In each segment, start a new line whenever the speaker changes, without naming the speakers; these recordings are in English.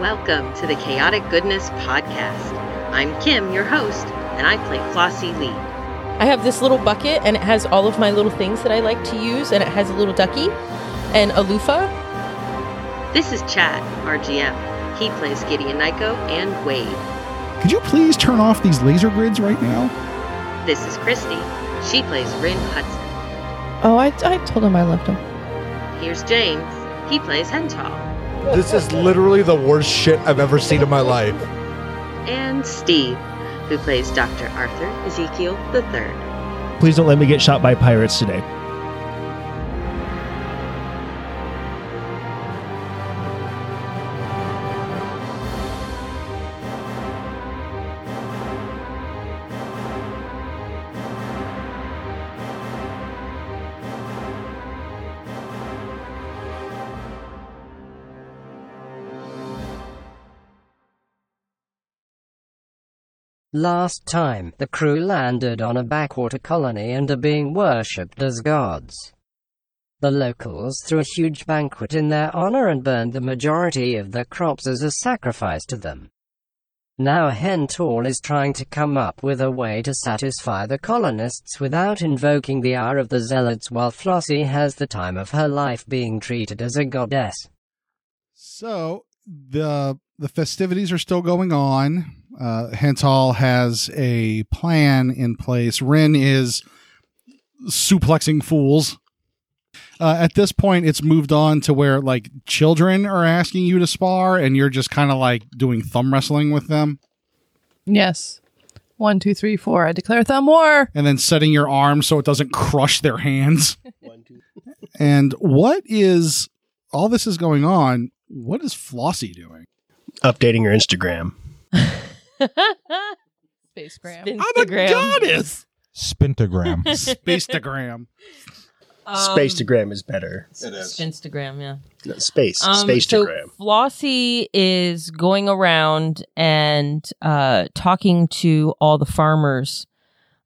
Welcome to the Chaotic Goodness Podcast. I'm Kim, your host, and I play Flossie Lee.
I have this little bucket and it has all of my little things that I like to use and it has a little ducky and a loofah.
This is Chad, our GM. He plays Gideon Nyko and Wade.
Could you please turn off these laser grids right now?
This is Christy. She plays Rin Hudson.
Oh, I, I told him I loved him.
Here's James. He plays Hental.
This is literally the worst shit I've ever seen in my life.
And Steve, who plays Dr. Arthur Ezekiel III.
Please don't let me get shot by pirates today.
Last time, the crew landed on a backwater colony and are being worshipped as gods. The locals threw a huge banquet in their honor and burned the majority of their crops as a sacrifice to them. Now Hental is trying to come up with a way to satisfy the colonists without invoking the ire of the zealots while Flossie has the time of her life being treated as a goddess.
So the the festivities are still going on. Uh, Hental has a plan in place. Rin is suplexing fools. Uh, at this point, it's moved on to where like children are asking you to spar, and you're just kind of like doing thumb wrestling with them,
Yes. One, two, three, four. I declare thumb war.
and then setting your arm so it doesn't crush their hands. and what is all this is going on? What is Flossie doing?
Updating your Instagram.
Spacegram.
Instagram.
goddess.
Spintagram.
Spacegram.
Um,
Spacegram is better.
Um, Instagram, yeah.
No, space.
Um,
Spacegram.
So Flossie is going around and uh, talking to all the farmers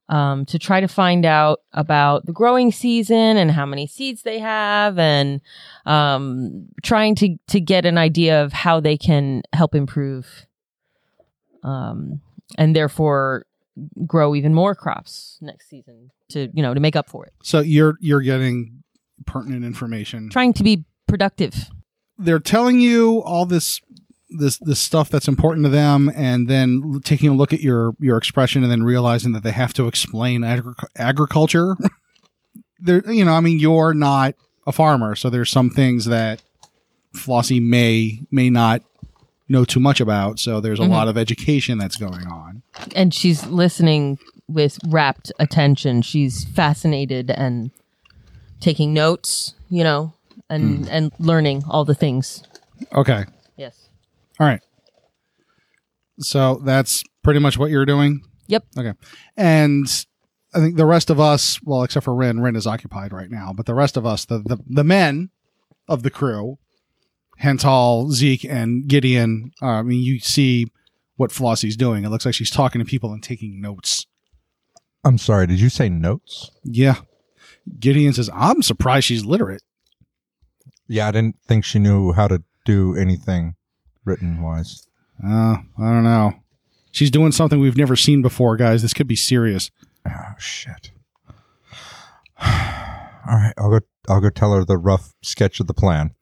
um, to try to find out about the growing season and how many seeds they have, and um, trying to to get an idea of how they can help improve, um, and therefore grow even more crops next season to you know to make up for it.
So you're you're getting pertinent information.
Trying to be productive.
They're telling you all this this this stuff that's important to them, and then l- taking a look at your your expression, and then realizing that they have to explain agri- agriculture. They're you know, I mean, you're not a farmer, so there's some things that Flossie may may not know too much about. So there's a
Mhm.
lot of education that's going on.
and she's listening with rapt attention. She's fascinated and taking notes, you know, and and learning all the things.
Okay,
Yes.
all right. So that's pretty much what you're doing.
Yep.
Okay. And I think the rest of us, well, except for Ren, Ren is occupied right now, but the rest of us, the the, the men of the crew, Hental, Zeke, and Gideon, uh, I mean, you see what Flossie's doing. It looks like she's talking to people and taking notes.
I'm sorry, did you say notes?
Yeah. Gideon says, I'm surprised she's literate.
Yeah, I didn't think she knew how to do anything written wise.
Uh, I don't know. She's doing something we've never seen before, guys. This could be serious.
Oh shit. All right, I'll go I'll go tell her the rough sketch of the plan.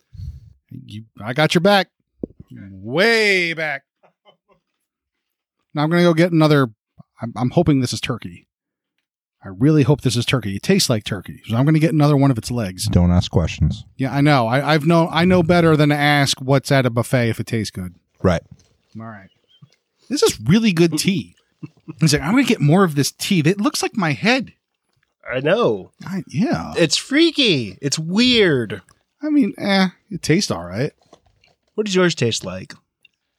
You, I got your back. Way back. Now I'm going to go get another. I'm, I'm hoping this is turkey. I really hope this is turkey. It tastes like turkey. So I'm going to get another one of its legs.
Don't ask questions.
Yeah, I know. I, I've known. I know better than to ask what's at a buffet if it tastes good.
Right.
All right. This is really good tea. He's like, I'm going to get more of this tea. It looks like my head.
I know.
I, yeah.
It's freaky. It's weird.
I mean, eh, it tastes all right.
What does yours taste like?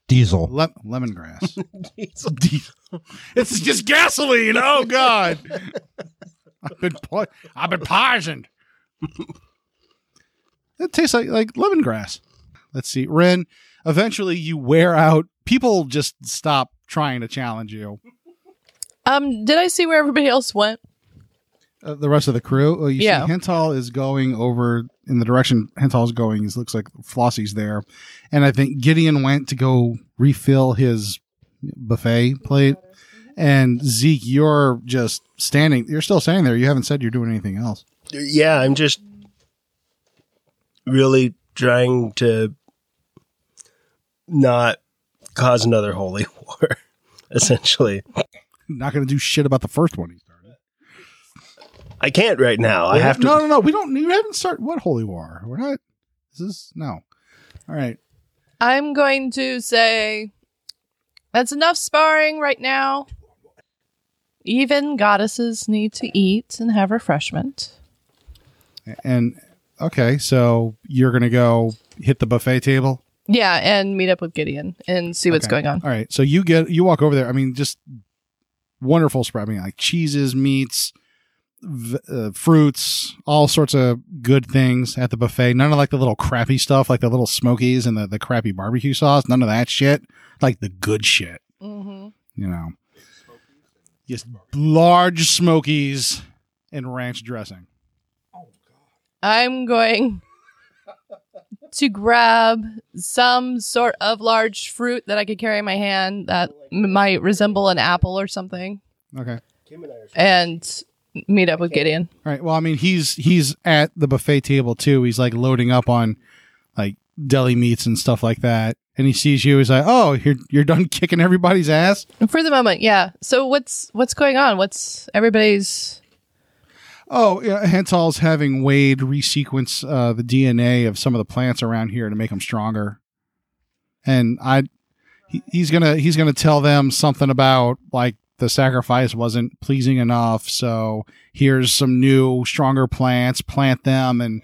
Diesel.
Le- lemongrass.
It's-
It's just gasoline. Oh God. I've been po- I've been poisoned. it tastes like like lemongrass. Let's see. Ren, eventually you wear out. People just stop trying to challenge you.
Um, did I see where everybody else went?
Uh, the rest of the crew. Oh, you
Yeah.
see Henthal is going over in the direction Henthal is going. It looks like Flossie's there. And I think Gideon went to go refill his buffet plate. And Zeke, you're just standing. You're still standing there. You haven't said you're doing anything else.
Yeah, I'm just really trying to not cause another holy war, essentially.
Not going to do shit about the first one he started.
I can't right now. I have to.
No, no, no. We don't. You haven't started. What holy war? We're not. This is no. All right.
I'm going to say that's enough sparring right now. Even goddesses need to eat and have refreshment.
And okay, so you're going to go hit the buffet table.
Yeah, and meet up with Gideon and see what's
Okay.
going on.
All right. So you get you walk over there. I mean, just wonderful spread. I mean, like cheeses, meats, v- uh, fruits, all sorts of good things at the buffet. None of like the little crappy stuff, like the little smokies and the, the crappy barbecue sauce. None of that shit. Like the good shit,
Mm-hmm.
you know. Just large smokies and ranch dressing.
I'm going to grab some sort of large fruit that I could carry in my hand that m- might resemble an apple or something
Okay.
and meet up with Gideon.
All right. Well, I mean, he's he's at the buffet table too. He's like loading up on like deli meats and stuff like that. And he sees you. He's like, "Oh, you're you're done kicking everybody's ass."
For the moment, yeah. So what's what's going on? What's everybody's
Oh, yeah, Hental's having Wade resequence uh, the DNA of some of the plants around here to make them stronger. And I, he, he's gonna he's gonna tell them something about like the sacrifice wasn't pleasing enough. So here's some new stronger plants. Plant them and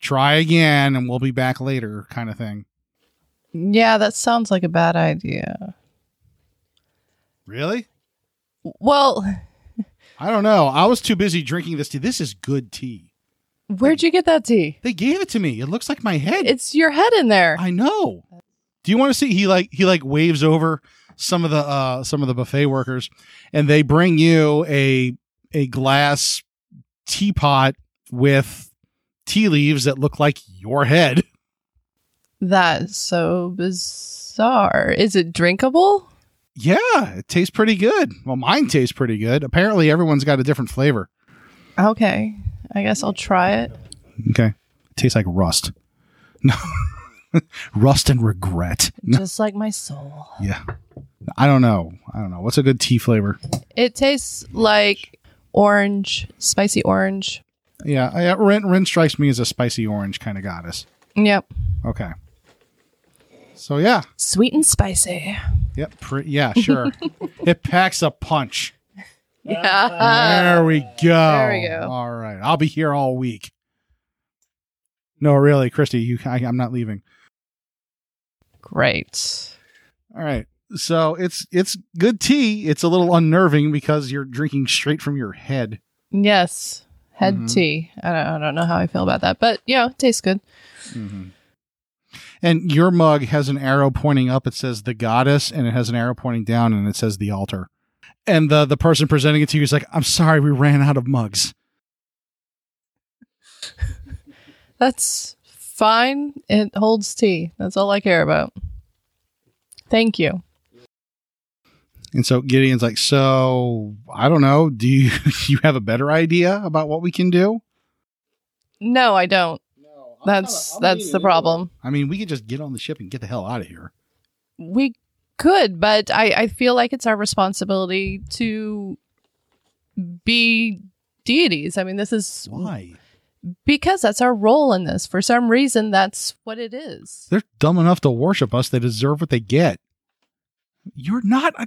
try again, and we'll be back later, kind of thing.
Yeah, that sounds like a bad idea.
Really?
Well,
I don't know. I was too busy drinking this tea. This is good tea.
where'd you get that tea?
They gave it to me. It looks like my head.
It's your head in there.
I know. Do you want to see? He like he like waves over some of the uh some of the buffet workers, and they bring you a a glass teapot with tea leaves that look like your head.
That's so bizarre. Is it drinkable?
Yeah, it tastes pretty good. Well, mine tastes pretty good. Apparently, everyone's got a different flavor.
Okay. I guess I'll try it.
Okay, it tastes like rust. No, rust and regret.
Just like my soul.
Yeah, I don't know. I don't know. What's a good tea flavor?
It tastes like orange, spicy orange.
Yeah, I, Rin, Rin strikes me as a spicy orange kind of goddess.
Yep.
Okay. So yeah,
Sweet and spicy.
yep, pre- yeah, sure. it packs a punch.
Yeah.
there we go.
Uh, there we go.
All right, I'll be here all week. No, really, Christy, you, I, I'm not leaving.
Great.
All right, so it's it's good tea. It's a little unnerving because you're drinking straight from your head.
Yes. Head
Mhm.
tea. I don't, I don't know how I feel about that, but yeah, it tastes good.
Mm-hmm. And your mug has an arrow pointing up. It says the goddess, and it has an arrow pointing down, and it says the altar. And the the person presenting it to you is like, "I'm sorry, we ran out of mugs."
That's fine. It holds tea. That's all I care about. Thank you.
And so Gideon's like, "So I don't know. Do you you have a better idea about what we can do?
No, I don't. That's that's the problem.
I mean, we could just get on the ship and get the hell out of here.
We could, but I I feel like it's our responsibility to be deities. I mean, this is
Why?
because that's our role in this. For some reason, that's what it is.
They're dumb enough to worship us. They deserve what they get. You're not a."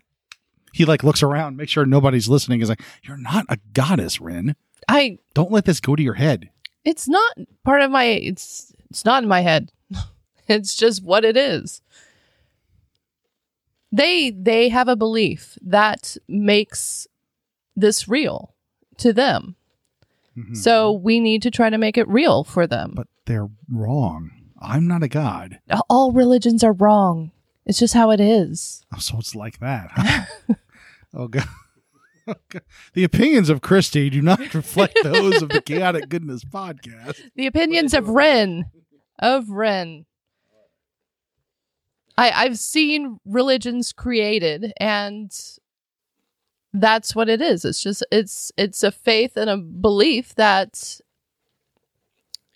He like looks around, make sure nobody's listening. He's like, "You're not a goddess, Rin.
I
Don't let this go to your head."
it's not part of my it's it's not in my head it's just what it is they they have a belief that makes this real to them so we need to try to make it real for them
But they're wrong. I'm not a god.
All religions are wrong. It's just how it is.
Oh, so it's like that. huh? oh, god. oh, God. The opinions of Christie do not reflect those of the Chaotic Goodness podcast.
The opinions of Ren. Of Ren. I, I've seen religions created and that's what it is. It's just it's it's a faith and a belief that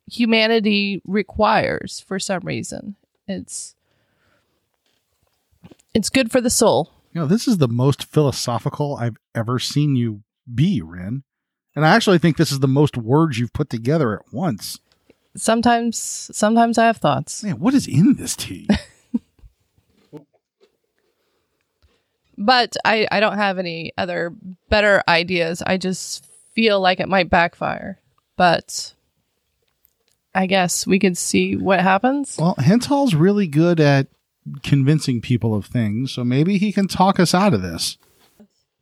humanity requires for some reason. It's it's good for the soul.
You know, this is the most philosophical I've ever seen you be, Ren. And I actually think this is the most words you've put together at once.
Sometimes sometimes I have thoughts.
Man, what is in this tea?
But I, I don't have any other better ideas. I just feel like it might backfire. But I guess we could see what happens.
Well, Hental's really good at convincing people of things, so maybe he can talk us out of this.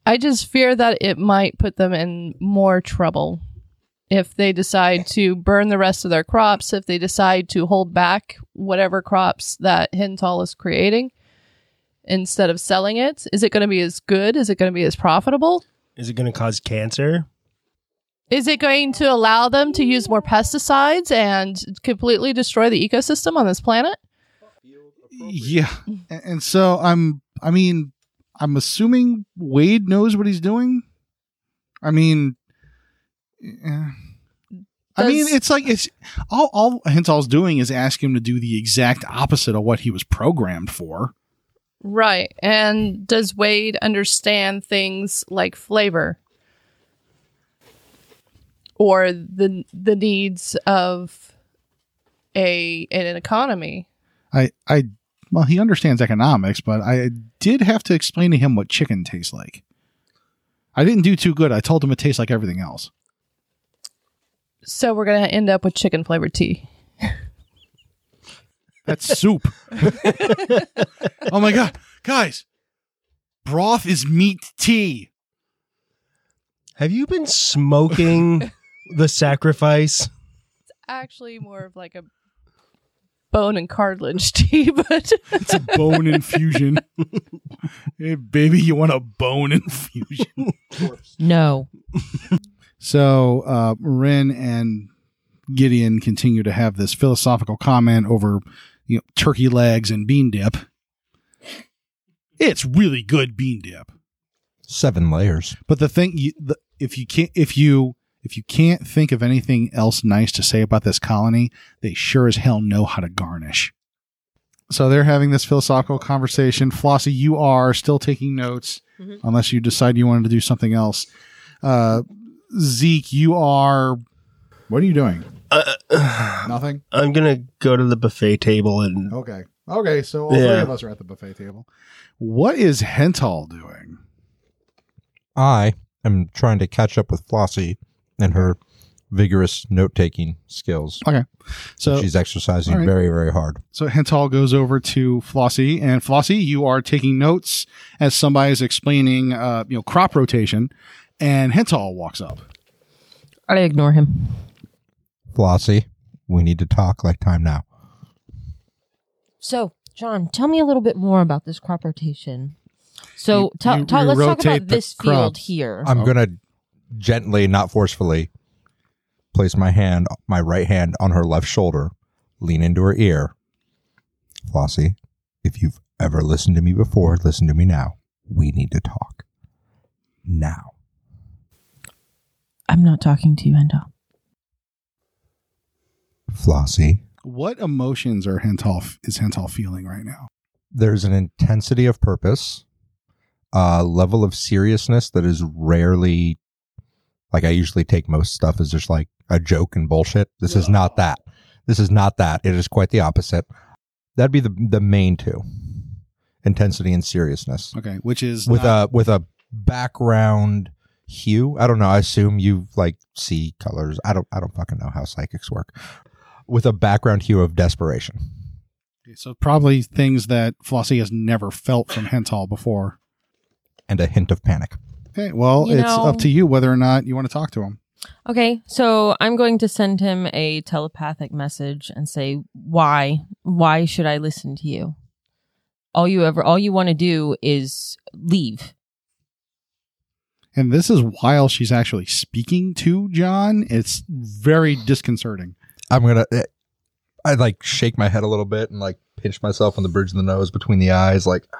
I just fear that it might put them in more trouble if they decide to burn the rest of their crops, if they decide to hold back whatever crops that Hintal is creating instead of selling it. Is it going to be as good? Is it going to be as profitable?
Is it going to cause cancer?
Is it going to allow them to use more pesticides and completely destroy the ecosystem on this planet?
Yeah. A- And so I'm I mean, I'm assuming Wade knows what he's doing. I mean eh. I mean,
Does-
it's like it's all all Hental's doing is asking him to do the exact opposite of what he was programmed for.
Right. And does Wade understand things like flavor or the the needs of a an economy?
I I well, he understands economics, but I did have to explain to him what chicken tastes like. I didn't do too good. I told him it tastes like everything else.
So we're going to end up with chicken flavored tea.
That's soup. oh my god, guys! Broth is meat tea.
Have you been smoking the sacrifice?
Actually more of like a bone and cartilage tea, but
It's a bone infusion. hey, baby, you want a bone infusion?
No.
So uh, Ren and Gideon continue to have this philosophical comment over you know, turkey legs and bean dip. It's really good bean dip.
Seven layers.
But the thing, you, the, if you can't, if you if you can't think of anything else nice to say about this colony, they sure as hell know how to garnish. So they're having this philosophical conversation. Flossie, you are still taking notes,
Mhm.
unless you decide you wanted to do something else. Uh, Zeke, you are. What are you doing?
Uh, uh,
Nothing.
I'm going to go to the buffet table and
Okay. Okay. So all three
Yeah.
of us are at the buffet table. What is Hental doing?
I am trying to catch up with Flossie and her vigorous note taking skills.
So
She's exercising
all right.
very, very hard.
So Hental goes over to Flossie, and Flossie, you are taking notes as somebody is explaining, uh, you know, crop rotation, and Hental walks up.
I ignore him.
Flossie, we need to talk like time now.
So, John, tell me a little bit more about this crop rotation. So,
You-
ta-
you-
ta-
you
let's talk
rotate
about
the
this
crop.
field here.
I'm going to gently, not forcefully, place my hand, my right hand on her left shoulder, lean into her ear. Flossie, if you've ever listened to me before, listen to me now. We need to talk now.
I'm not talking to you, Endo.
Flossie,
What emotions are Hental is Hental feeling right now?
there's an intensity of purpose, a level of seriousness that is rarely like I usually take most stuff as just like a joke and bullshit. This is not that. This is not that. It is quite the opposite. That'd be the the main two. Intensity and seriousness.
Okay, which is
With uh,
not-
a with a background hue. I don't know. I assume you like see colors. I don't I don't fucking know how psychics work. With a background hue of desperation.
so probably things that Flossie has never felt from Hental before.
And a hint of panic.
Okay, well,
You
it's
know-
up to you whether or not you want to talk to him.
Okay, so I'm going to send him a telepathic message and say, "Why? Why should I listen to you? All you ever, all you want to do is leave."
And this is while she's actually speaking to John. It's very disconcerting.
I'm gonna. eh, I like shake my head a little bit and like pinch myself on the bridge of the nose between the eyes, like.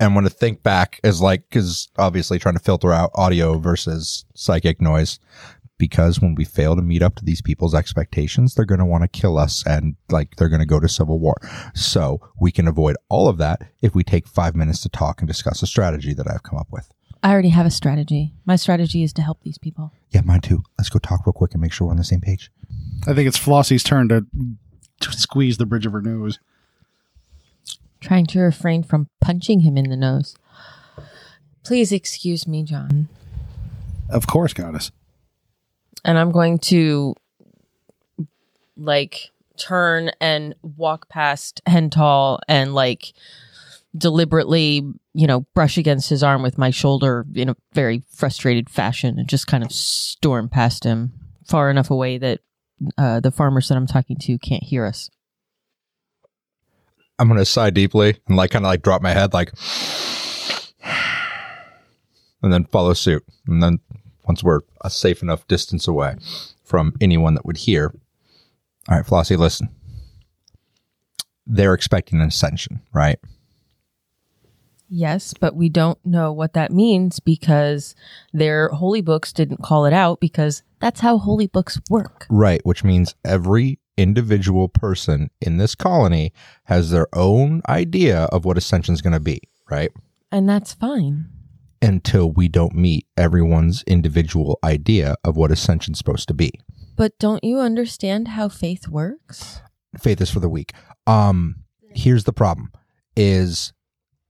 And want to think back as like because obviously trying to filter out audio versus psychic noise, because when we fail to meet up to these people's expectations, they're going to want to kill us and like they're going to go to civil war. So we can avoid all of that if we take five minutes to talk and discuss a strategy that I've come up with.
I already have a strategy. My strategy is to help these people.
Yeah, mine too. Let's go talk real quick and make sure we're on the same page.
I think it's Flossie's turn to, to squeeze the bridge of her nose.
Trying to refrain from punching him in the nose. Please excuse me, John.
Of course, Goddess.
and I'm going to like turn and walk past Hental and like deliberately, you know, brush against his arm with my shoulder in a very frustrated fashion and just kind of storm past him far enough away that uh, the farmers that I'm talking to can't hear us.
I'm gonna sigh deeply and like kind of like drop my head, like, and then follow suit. And then once we're a safe enough distance away from anyone that would hear, all right, Flossie, listen. They're expecting an ascension, right?
Yes, but we don't know what that means because their holy books didn't call it out because that's how holy books work.
Right, which means every individual person in this colony has their own idea of what ascension's gonna be, right?
And that's fine.
Until we don't meet everyone's individual idea of what ascension's supposed to be.
But don't you understand how faith works?
faith is for the weak. Um, here's the problem: is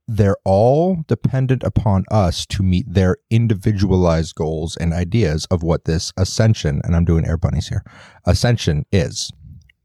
they're all dependent upon us to meet their individualized goals and ideas of what this ascension and I'm doing air bunnies here ascension is,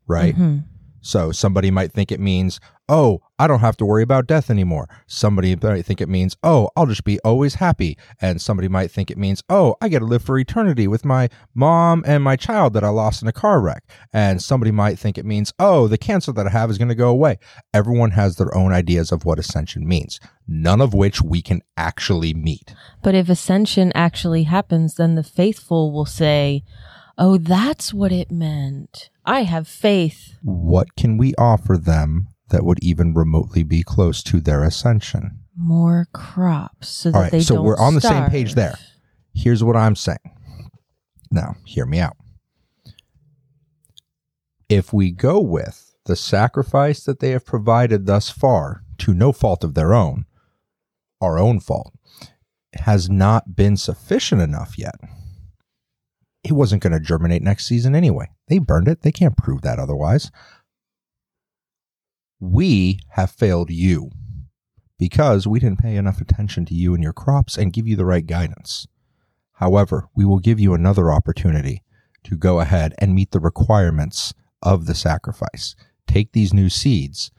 right?
Mhm.
So somebody might think it means, oh, I don't have to worry about death anymore. Somebody might think it means, oh, I'll just be always happy. And somebody might think it means, oh, I get to live for eternity with my mom and my child that I lost in a car wreck. And somebody might think it means, oh, the cancer that I have is going to go away. Everyone has their own ideas of what ascension means, none of which we can actually meet.
But if ascension actually happens, then the faithful will say, Oh, that's what it meant. I have faith.
What can we offer them that would even remotely be close to their ascension?
More crops so that
All right,
they
so
don't
we're on the same
starve."
page there. here's what I'm saying. Now, hear me out. If we go with the sacrifice that they have provided thus far, to no fault of their own, our own fault, has not been sufficient enough yet, it wasn't going to germinate next season anyway. They burned it. They can't prove that otherwise. We have failed you because we didn't pay enough attention to you and your crops and give you the right guidance. However, we will give you another opportunity to go ahead and meet the requirements of the sacrifice. Take these new seeds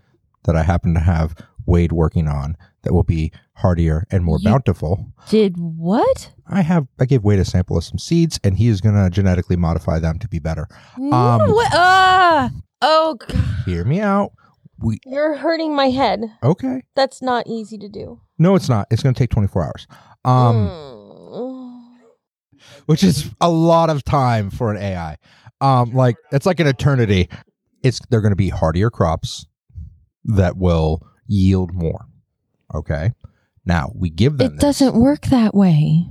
that I happen to have Wade working on that will be hardier and more
You-
bountiful.
Did what?
I have I gave Wade a sample of some seeds and he is going to genetically modify them to be better.
No,
Um,
what? Ah! oh, God.
Hear me out. We
You're hurting my head.
okay.
That's not easy to do.
No, it's not. It's going to take 24 hours. Um
Mm.
which is a lot of time for an AI. Um, like it's like an eternity. It's they're going to be hardier crops that will yield more. Okay, now we give them.
It
this.
doesn't work that way.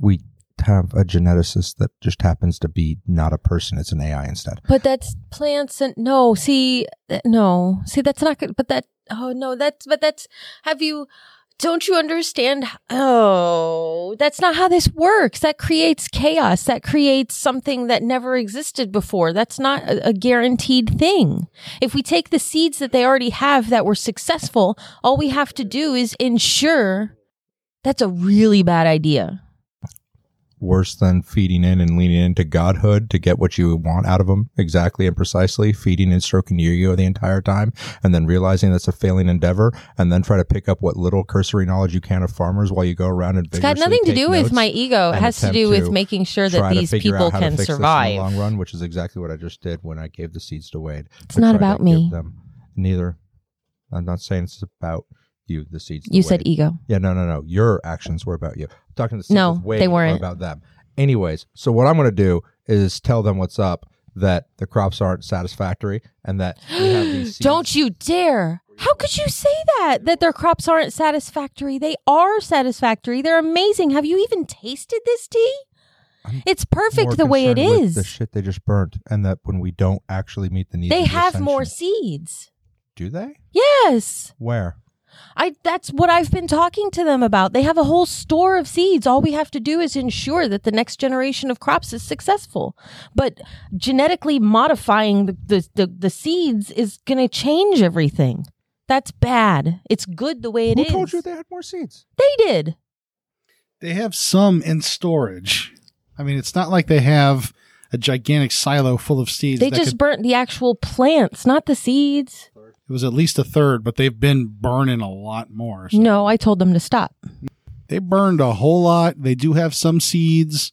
We have a geneticist that just happens to be not a person; it's an AI instead.
But that's plants and no, see, th- no, see, that's not good. But that, oh no, that's, but that's, have you, don't you understand? h- Oh, that's not how this works. That creates chaos. That creates something that never existed before. That's not a, a guaranteed thing. If we take the seeds that they already have that were successful, all we have to do is ensure that's a really bad idea.
worse than feeding in and leaning into godhood to get what you want out of them exactly and precisely, feeding and stroking your ego the entire time, and then realizing that's a failing endeavor, and then try to pick up what little cursory knowledge you can of farmers while you go around and
It's got
vigorously
nothing to
take
do with
notes,
my ego. It
and
has to
attempt
do with
to
making sure that
try to
these
figure
people
out how to
can
fix this in the
survive.
long run, which is exactly what I just did when I gave the seeds to Wade.
It's
to
not
try to
about
give
me.
them- Neither. I'm not saying it's about you. The seeds. to
You said
Wade.
ego.
Yeah, no, no, no. Your actions were about you. I'm talking to the
No,
Secrets way
they weren't.
about them. Anyways, so what I'm going to do is tell them what's up that the crops aren't satisfactory and that we have these seeds.
Don't you dare. How could you say that? That their crops aren't satisfactory. They are satisfactory. They're amazing. Have you even tasted this tea?
I'm
It's
more
perfect the way it
concerned with The
is.
shit they just burnt, and that when we don't actually meet the needs,
They
of the
have more
ascension-
seeds.
Do they?
Yes.
Where?
I that's what I've been talking to them about. They have a whole store of seeds. All we have to do is ensure that the next generation of crops is successful. But genetically modifying the the, the, the seeds is going to change everything. That's bad. It's good the way it
Who
is.
told you they had more seeds?
They did.
They have some in storage. I mean, it's not like they have a gigantic silo full of seeds.
They
that
just
could-
burnt the actual plants, not the seeds.
it was at least a third, but they've been burning a lot more. so-
No, I told them to stop.
they burned a whole lot. They do have some seeds.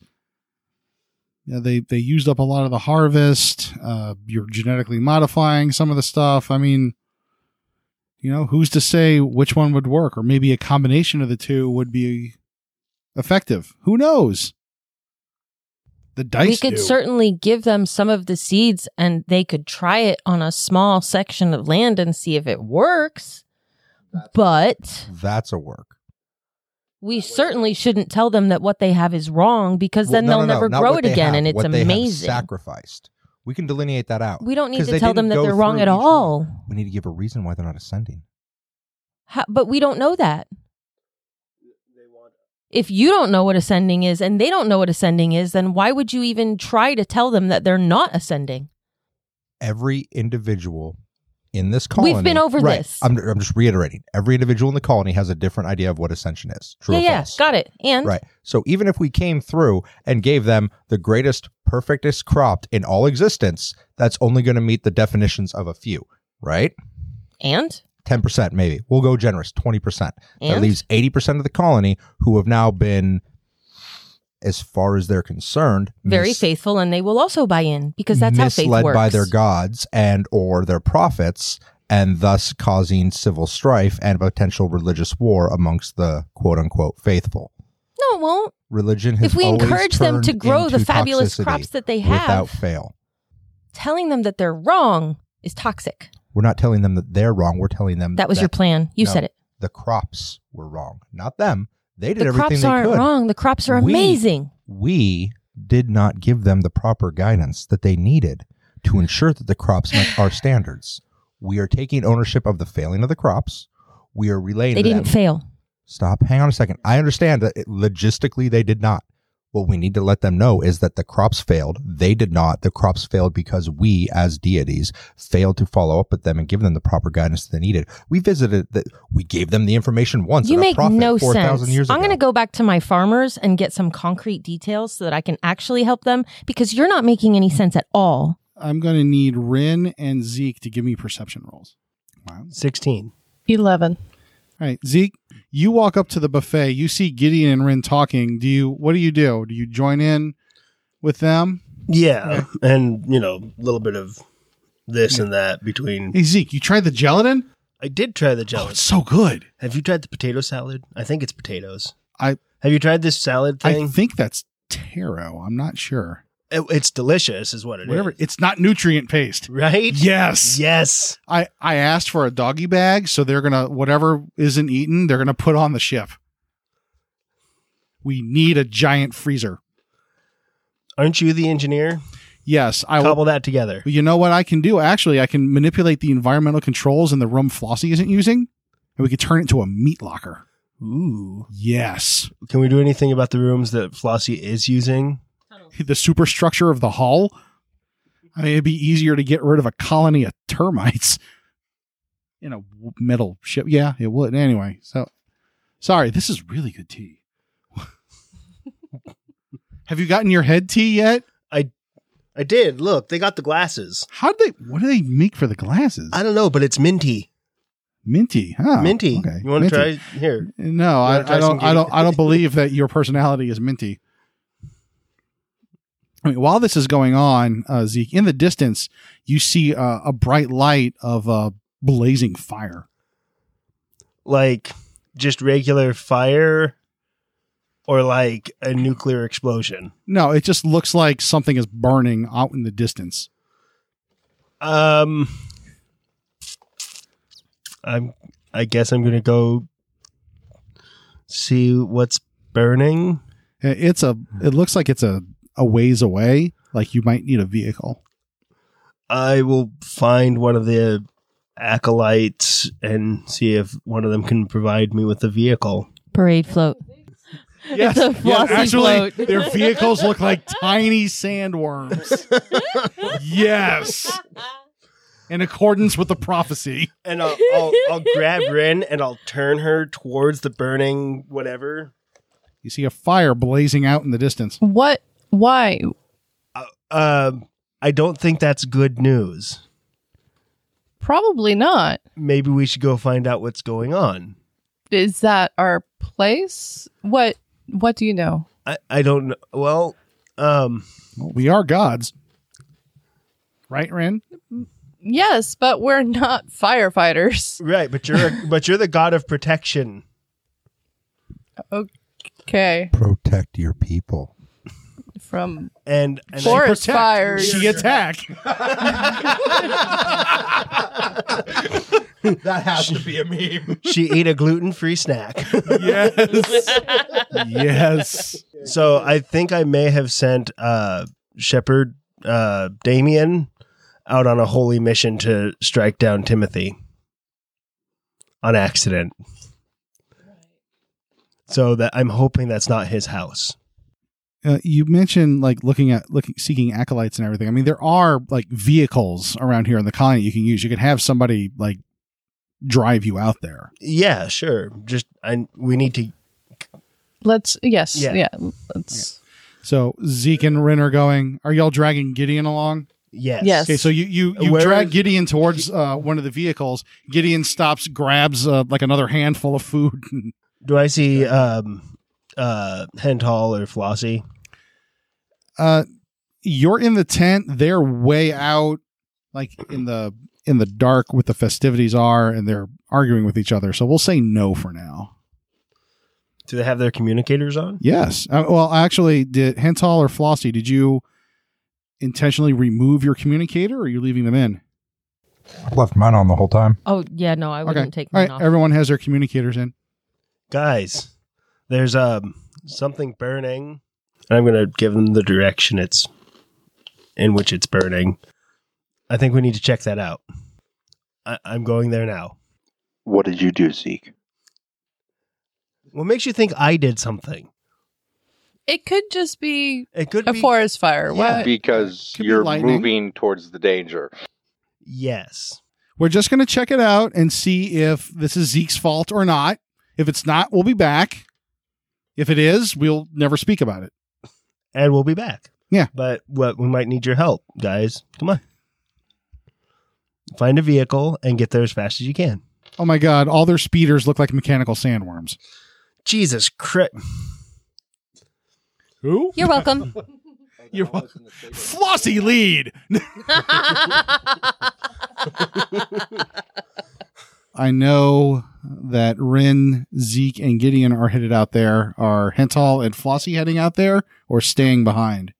Yeah, they they used up a lot of the harvest. Uh, you're genetically modifying some of the stuff. I mean, you know, who's to say which one would work, or maybe a combination of the two would be effective? Who knows? The dice.
we could
do.
certainly give them some of the seeds and they could try it on a small section of land and see if it works. But
That's a work.
we certainly shouldn't tell them that what they have is wrong because then
Well, no,
they'll
no, no,
never
not
grow
what
it
they
again
have,
and it's
what they have
amazing.
sacrificed. We can delineate that out.
We don't need
'Cause
to
they
tell them
didn't
that
go
they're wrong
through
at
each one.
all.
We need to give a reason why they're not ascending.
How, but we don't know that. If you don't know what ascending is and they don't know what ascending is, then why would you even try to tell them that they're not ascending?
every individual in this colony.
We've been over
Right.
this.
I'm, I'm just reiterating. Every individual in the colony has a different idea of what ascension is. True
yeah,
or
yeah,
false?
got it. And
Right. So even if we came through and gave them the greatest, perfectest crop in all existence, that's only going to meet the definitions of a few, right?
and
10% maybe. We'll go generous, 20%. That
And?
leaves 80% of the colony who have now been, as far as they're concerned,
very
mis-
faithful, and they will also buy in because that's how faith
misled
works.
by their gods and or their prophets and thus causing civil strife and potential religious war amongst the quote unquote faithful
No, it won't.
religion has
If we
always
encourage them to
turned
grow the
into
fabulous
toxicity
crops that they have.
without fail
Telling them that they're wrong is toxic.
we're not telling them that they're wrong we're telling them
That was your plan. You
No.
said it.
the crops were wrong not them they did
The
everything
crops
they
aren't
could
wrong. The crops are
We-
amazing.
we did not give them the proper guidance that they needed
Hmm.
to ensure that the crops met our standards. We are taking ownership of the failing of the crops. We are relaying
They
to
didn't
them-
fail.
Stop. Hang on a second. I understand that it, logistically they did not. What we need to let them know is that the crops failed. They did not. The crops failed because we, as deities, failed to follow up with them and give them the proper guidance they needed. We visited that. We gave them the information once.
You
and a
make
prophet
no
4,000
sense.
Years
I'm going to
ago.
go back to my farmers and get some concrete details so that I can actually help them because you're not making any sense at all.
I'm going to need Rin and Zeke to give me perception rolls. Wow.
16.
11.
All right, Zeke, you walk up to the buffet. You see Gideon and Rin talking. Do you? What do you do? Do you join in with them?
Yeah. And, you know, a little bit of this and that between.
Hey Zeke, you tried the gelatin?
I did try the
Oh,
gelatin.
it's so good.
Have you tried the potato salad? I think it's potatoes.
I-
Have you tried this salad
I
thing?
think that's taro. I'm not sure.
It- it's delicious, is what it is.
Whatever. It's not nutrient paste.
Right?
Yes.
Yes.
I I asked for a doggy bag, so they're gonna whatever isn't eaten, they're gonna put on the ship. We need a giant freezer.
Aren't you the engineer?
Yes, I will.
Cobble that together.
You know what I can do? Actually, I can manipulate the environmental controls in the room Flossie isn't using, and we could turn it into a meat locker.
Ooh.
Yes.
Can we do anything about the rooms that Flossie is using?
The superstructure of the hull. I mean, it'd be easier to get rid of a colony of termites in a w- metal ship. Yeah, it would. Anyway, so sorry. This is really good tea. Have you gotten your head tea yet?
I did. Look, they got the glasses.
How do they? What do they make for the glasses?
I don't know, but it's minty.
minty, huh?
minty.
Oh, Okay.
You want to
minty.
try here?
No,
wanna
I,
try
I
some
don't. I
gin?
don't. I don't believe that your personality is minty. I mean, while this is going on, uh, Zeke, in the distance, you see uh, a bright light of uh, blazing fire.
Like just regular fire or like a nuclear explosion?
No, it just looks like something is burning out in the distance.
Um I'm I guess I'm going to go see what's burning.
Uh, It's a. It looks like it's a a ways away. Like you might need a vehicle.
I will find one of the acolytes and see if one of them can provide me with a vehicle.
Parade float.
Yes,
It's a flossy
actually,
float.
their vehicles look like tiny sandworms. yes, in accordance with the prophecy.
And I'll, I'll, I'll grab Rin and I'll turn her towards the burning whatever.
You see a fire blazing out in the distance.
What? Why?
Um, I don't think that's good news.
Probably not.
Maybe we should go find out what's going on.
Is that our place? What? What do you know?
I, I don't know. Well, um,
Well, we are gods. Right, Ren?
Yes, but we're not firefighters.
right, but you're a, but you're the god of protection.
Okay,
Protect your people.
from
And, and
forest fires.
She attack.
That has to be a meme.
she ate a gluten-free snack.
yes. yes.
So I think I may have sent uh, Shepherd uh, Damien out on a holy mission to strike down Timothy on accident. So that I'm hoping that's not his house.
Uh, you mentioned like looking at looking seeking acolytes and everything. I mean, there are like vehicles around here in the colony you can use. You can have somebody like drive you out there.
Yeah, sure. Just I we need to.
Let's. Yes.
Yeah.
Yeah. let's.
So Zeke and Ren are going. Are y'all dragging Gideon along?
Yes.
Yes.
Okay, so you you, you
Where
drag
is-
Gideon towards uh, one of the vehicles. Gideon stops, grabs uh, like another handful of food.
Do I see um, uh, Henthal or Flossie?
uh, you're in the tent. They're way out, like in the in the dark, with the festivities are, and they're arguing with each other. So we'll say no for now.
Do they have their communicators on?
Yes. Uh, well, actually, did Hental or Flossie? Did you intentionally remove your communicator, or are you leaving them in?
Left mine on the whole time.
Oh yeah, no, I wouldn't take
All
mine
right.
off.
Everyone has their communicators in.
guys, there's um something burning. And I'm gonna give them the direction it's in which it's burning. I think we need to check that out. I- I'm going there now.
What did you do, Zeke?
What makes you think I did something?
it could just be
It could
a
be
forest fire.
Yeah.
What?
Because
Uh, Could be
you're
lightning.
moving towards the danger.
yes.
We're just going to check it out and see if this is Zeke's fault or not. If it's not, we'll be back. If it is, we'll never speak about it.
And we'll be back.
Yeah.
But what we might need your help, guys. Come on. Find a vehicle and get there as fast as you can.
Oh my God, all their speeders look like mechanical sandworms.
Jesus Christ.
Who?
You're welcome.
You're welcome. Flossy lead. I know that Rin, Zeke, and Gideon are headed out there. Are Hental and Flossie heading out there or staying behind?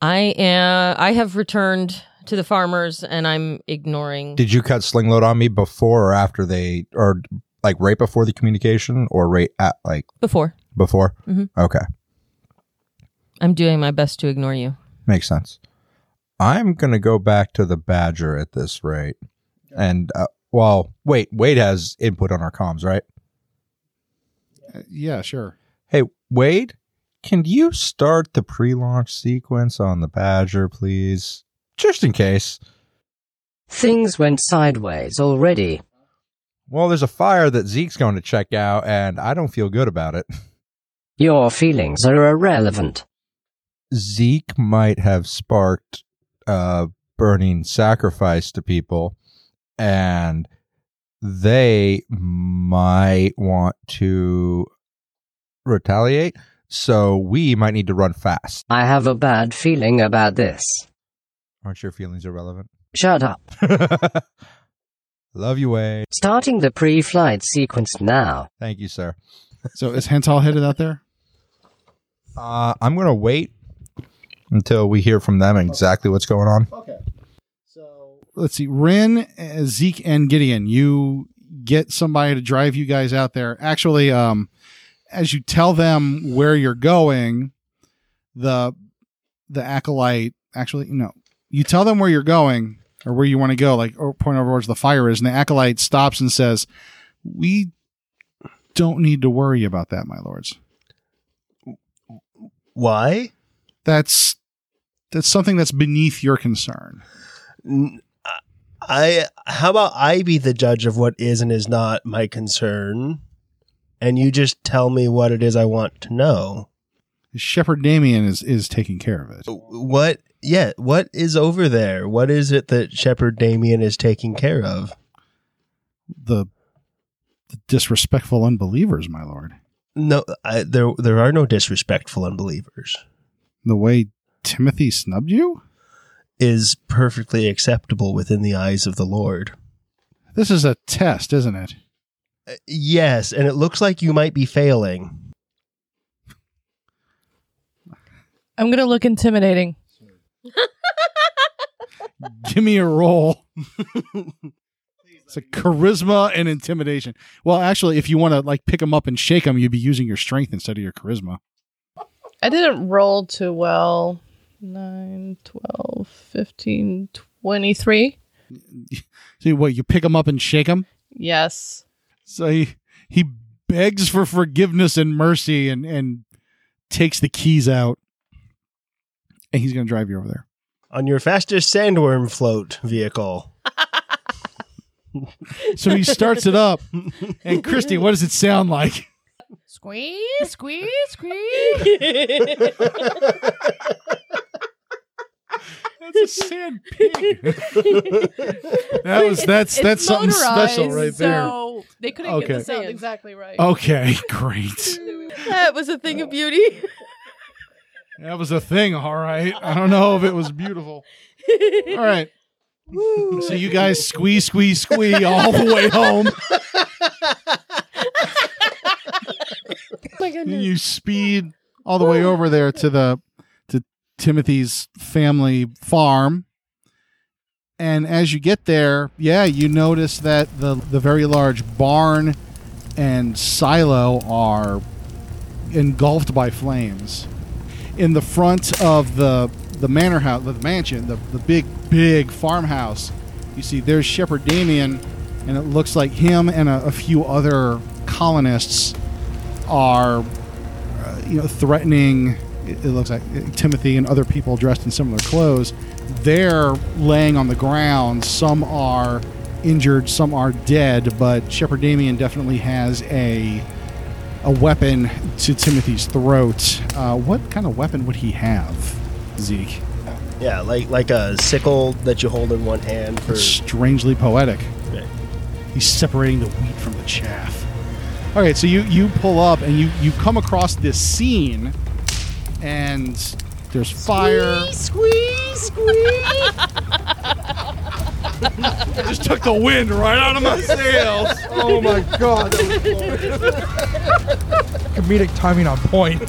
I am. I have returned to the farmers, and I'm ignoring.
Did you cut slingload on me before or after they, or like right before the communication, or right at like
before
before?
Mhm.
Mm-hmm.
Okay,
I'm doing my best to ignore you.
makes sense. I'm gonna go back to the badger at this rate, and uh, well, wait, Wade has input on our comms, right?
Uh, yeah, sure.
Hey, Wade, can you start the pre-launch sequence on the badger, please? Just in case.
Things went sideways already.
Well, there's a fire that Zeke's going to check out, and I don't feel good about it.
Your feelings are irrelevant.
Zeke might have sparked uh, burning sacrifice to people, and they might want to retaliate. So we might need to run fast.
I have a bad feeling about this.
Aren't your feelings irrelevant?
Shut up.
Love you, Wade.
Starting the pre flight sequence now.
Thank you, sir.
So is Hental headed out there?
Uh, I'm going to wait until we hear from them exactly what's going on.
Okay. So let's see. Rin, uh, Zeke, and Gideon, you get somebody to drive you guys out there. Actually, um, as you tell them where you're going, the the acolyte actually no, you tell them where you're going or where you want to go, like or point over towards the fire is, and the acolyte stops and says, "We don't need to worry about that, my lords.
Why?
That's that's something that's beneath your concern."
N- I how about I be the judge of what is and is not my concern, and you just tell me what it is I want to know.
Shepherd Damien is is taking care of it.
What? Yeah. What is over there? What is it that Shepherd Damien is taking care of?
The, the disrespectful unbelievers, my lord.
No, I, there there are no disrespectful unbelievers.
The way Timothy snubbed you?
Is perfectly acceptable within the eyes of the Lord.
This is a test, isn't it?
Uh, Yes, and it looks like you might be failing.
I'm gonna look intimidating.
Give me a roll. it's a charisma and intimidation. Well, actually, if you want to like pick them up and shake them, you'd be using your strength instead of your charisma.
I didn't roll too well. 9, 12, 15, 23.
See what you pick them up and shake them.
Yes.
So he he begs for forgiveness and mercy and and takes the keys out, and he's going to drive you over there.
On your fastest sandworm float vehicle.
So he starts it up. And Christy, what does it sound like?
Squeeze, squeeze, squeeze.
That's a sand pig. That was that's that's something special right there.
So they couldn't
Okay.
get the sound exactly right.
Oh. Okay, great.
That was a thing of beauty.
That was a thing, all right. I don't know if it was beautiful. All right. So you guys squeeze, squeeze, squee all the way home. And you speed all the way over there to the to Timothy's family farm. And as you get there, yeah, you notice that the the very large barn and silo are engulfed by flames. In the front of the the manor house, the mansion, the, the big big farmhouse, you see there's Shepherd Damien, and it looks like him and a, a few other colonists are you know, threatening. It, it looks like Timothy and other people dressed in similar clothes. They're laying on the ground. Some are injured, some are dead. But Shepherd Damien definitely has a a weapon to Timothy's throat. Uh, what kind of weapon would he have, Zeke?
Yeah, like like a sickle that you hold in one hand for.
Strangely poetic.
Okay.
He's separating the wheat from the chaff. All right, so you you pull up and you you come across this scene, and there's fire. Squeeze, squeeze, squeeze. just took the wind right out of my sails.
Oh my god. Comedic timing on point.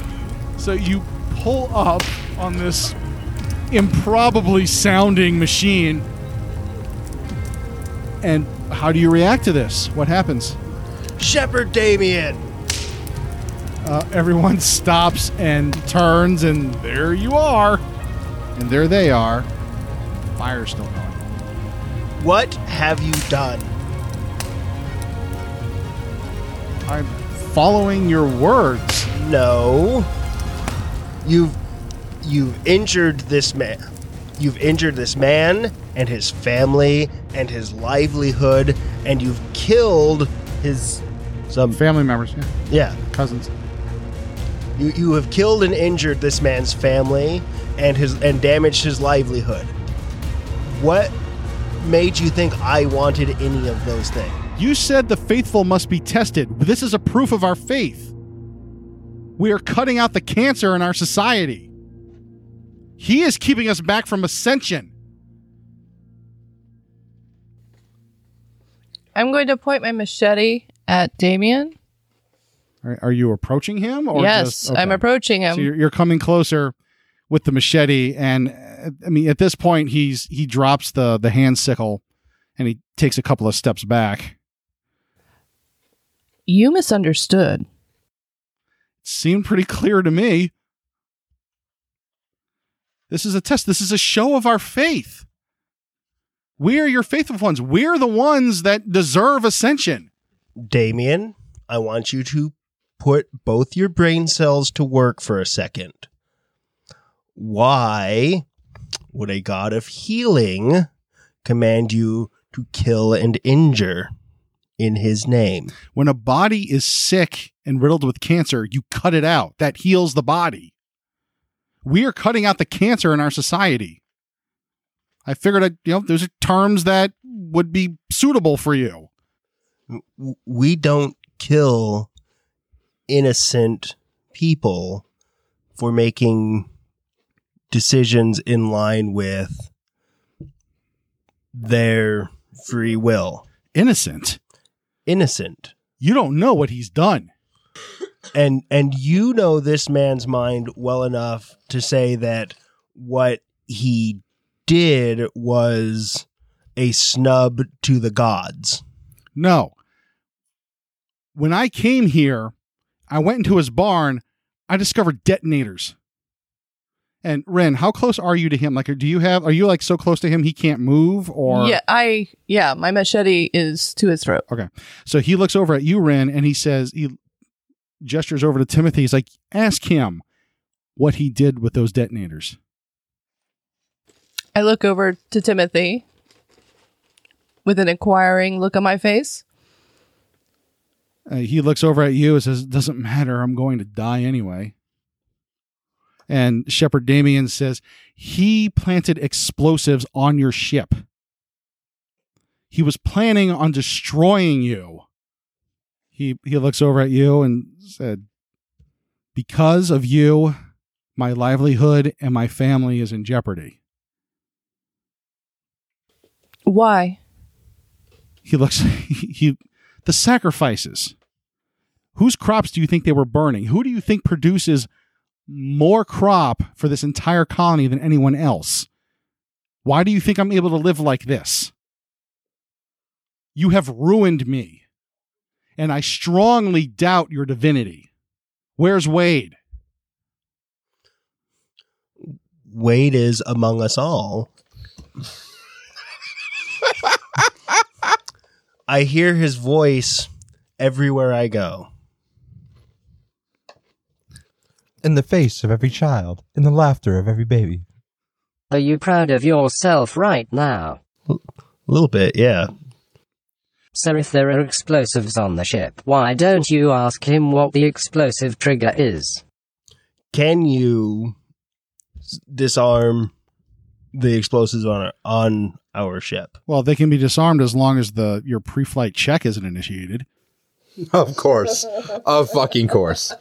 So you pull up on this improbably sounding machine, and how do you react to this? What happens?
Shepherd Damien!
Uh, everyone stops and turns, and there you are. And there they are. Fire's still going.
What have you done?
I'm following your words.
No. You've you've injured this man. You've injured this man and his family and his livelihood and you've killed his some
Family members, yeah.
yeah.
cousins.
You you have killed and injured this man's family and his and damaged his livelihood. What made you think I wanted any of those things?
You said the faithful must be tested. This is a proof of our faith. We are cutting out the cancer in our society. He is keeping us back from ascension.
I'm going to point my machete at Damien.
Are, are you approaching him? Or
yes,
just- okay.
I'm approaching him.
So you're, you're coming closer with the machete, and uh, I mean, at this point, he's he drops the the hand sickle, and he takes a couple of steps back.
you misunderstood.
seemed pretty clear to me. This is a test. This is a show of our faith. We are your faithful ones. We're the ones that deserve ascension.
Damien, I want you to put both your brain cells to work for a second. Why would a god of healing command you to kill and injure in his name?
When a body is sick and riddled with cancer, you cut it out. That heals the body. We are cutting out the cancer in our society. I figured, I, you know, those are terms that would be suitable for you.
W- We don't kill innocent people for making decisions in line with their free will.
Innocent.
Innocent.
You don't know what he's done.
and and you know this man's mind well enough to say that what he did was a snub to the gods.
No. When I came here, I went into his barn. I discovered detonators. And Ren, how close are you to him? Like, do you have? Are you like so close to him he can't move? Or
yeah, I yeah, my machete is to his throat.
So he looks over at you, Ren, and he says he gestures over to Timothy. He's like, ask him what he did with those detonators.
I look over to Timothy with an inquiring look on my face.
Uh, he looks over at you and says, "It doesn't matter. I'm going to die anyway." And Shepherd Damien says, "He planted explosives on your ship. He was planning on destroying you." He he looks over at you and said, "Because of you, my livelihood and my family is in jeopardy."
Why?
He looks he the sacrifices. Whose crops do you think they were burning? Who do you think produces more crop for this entire colony than anyone else? Why do you think I'm able to live like this? You have ruined me. And I strongly doubt your divinity. Where's Wade?
Wade is among us all. I hear his voice everywhere I go.
In the face of every child, in the laughter of every baby.
Are you proud of yourself right now?
A little bit, yeah.
So if there are explosives on the ship, why don't you ask him what the explosive trigger is?
can you s- disarm the explosives on our, on our ship?
Well, they can be disarmed as long as the your pre-flight check isn't initiated.
Of course. Of fucking course.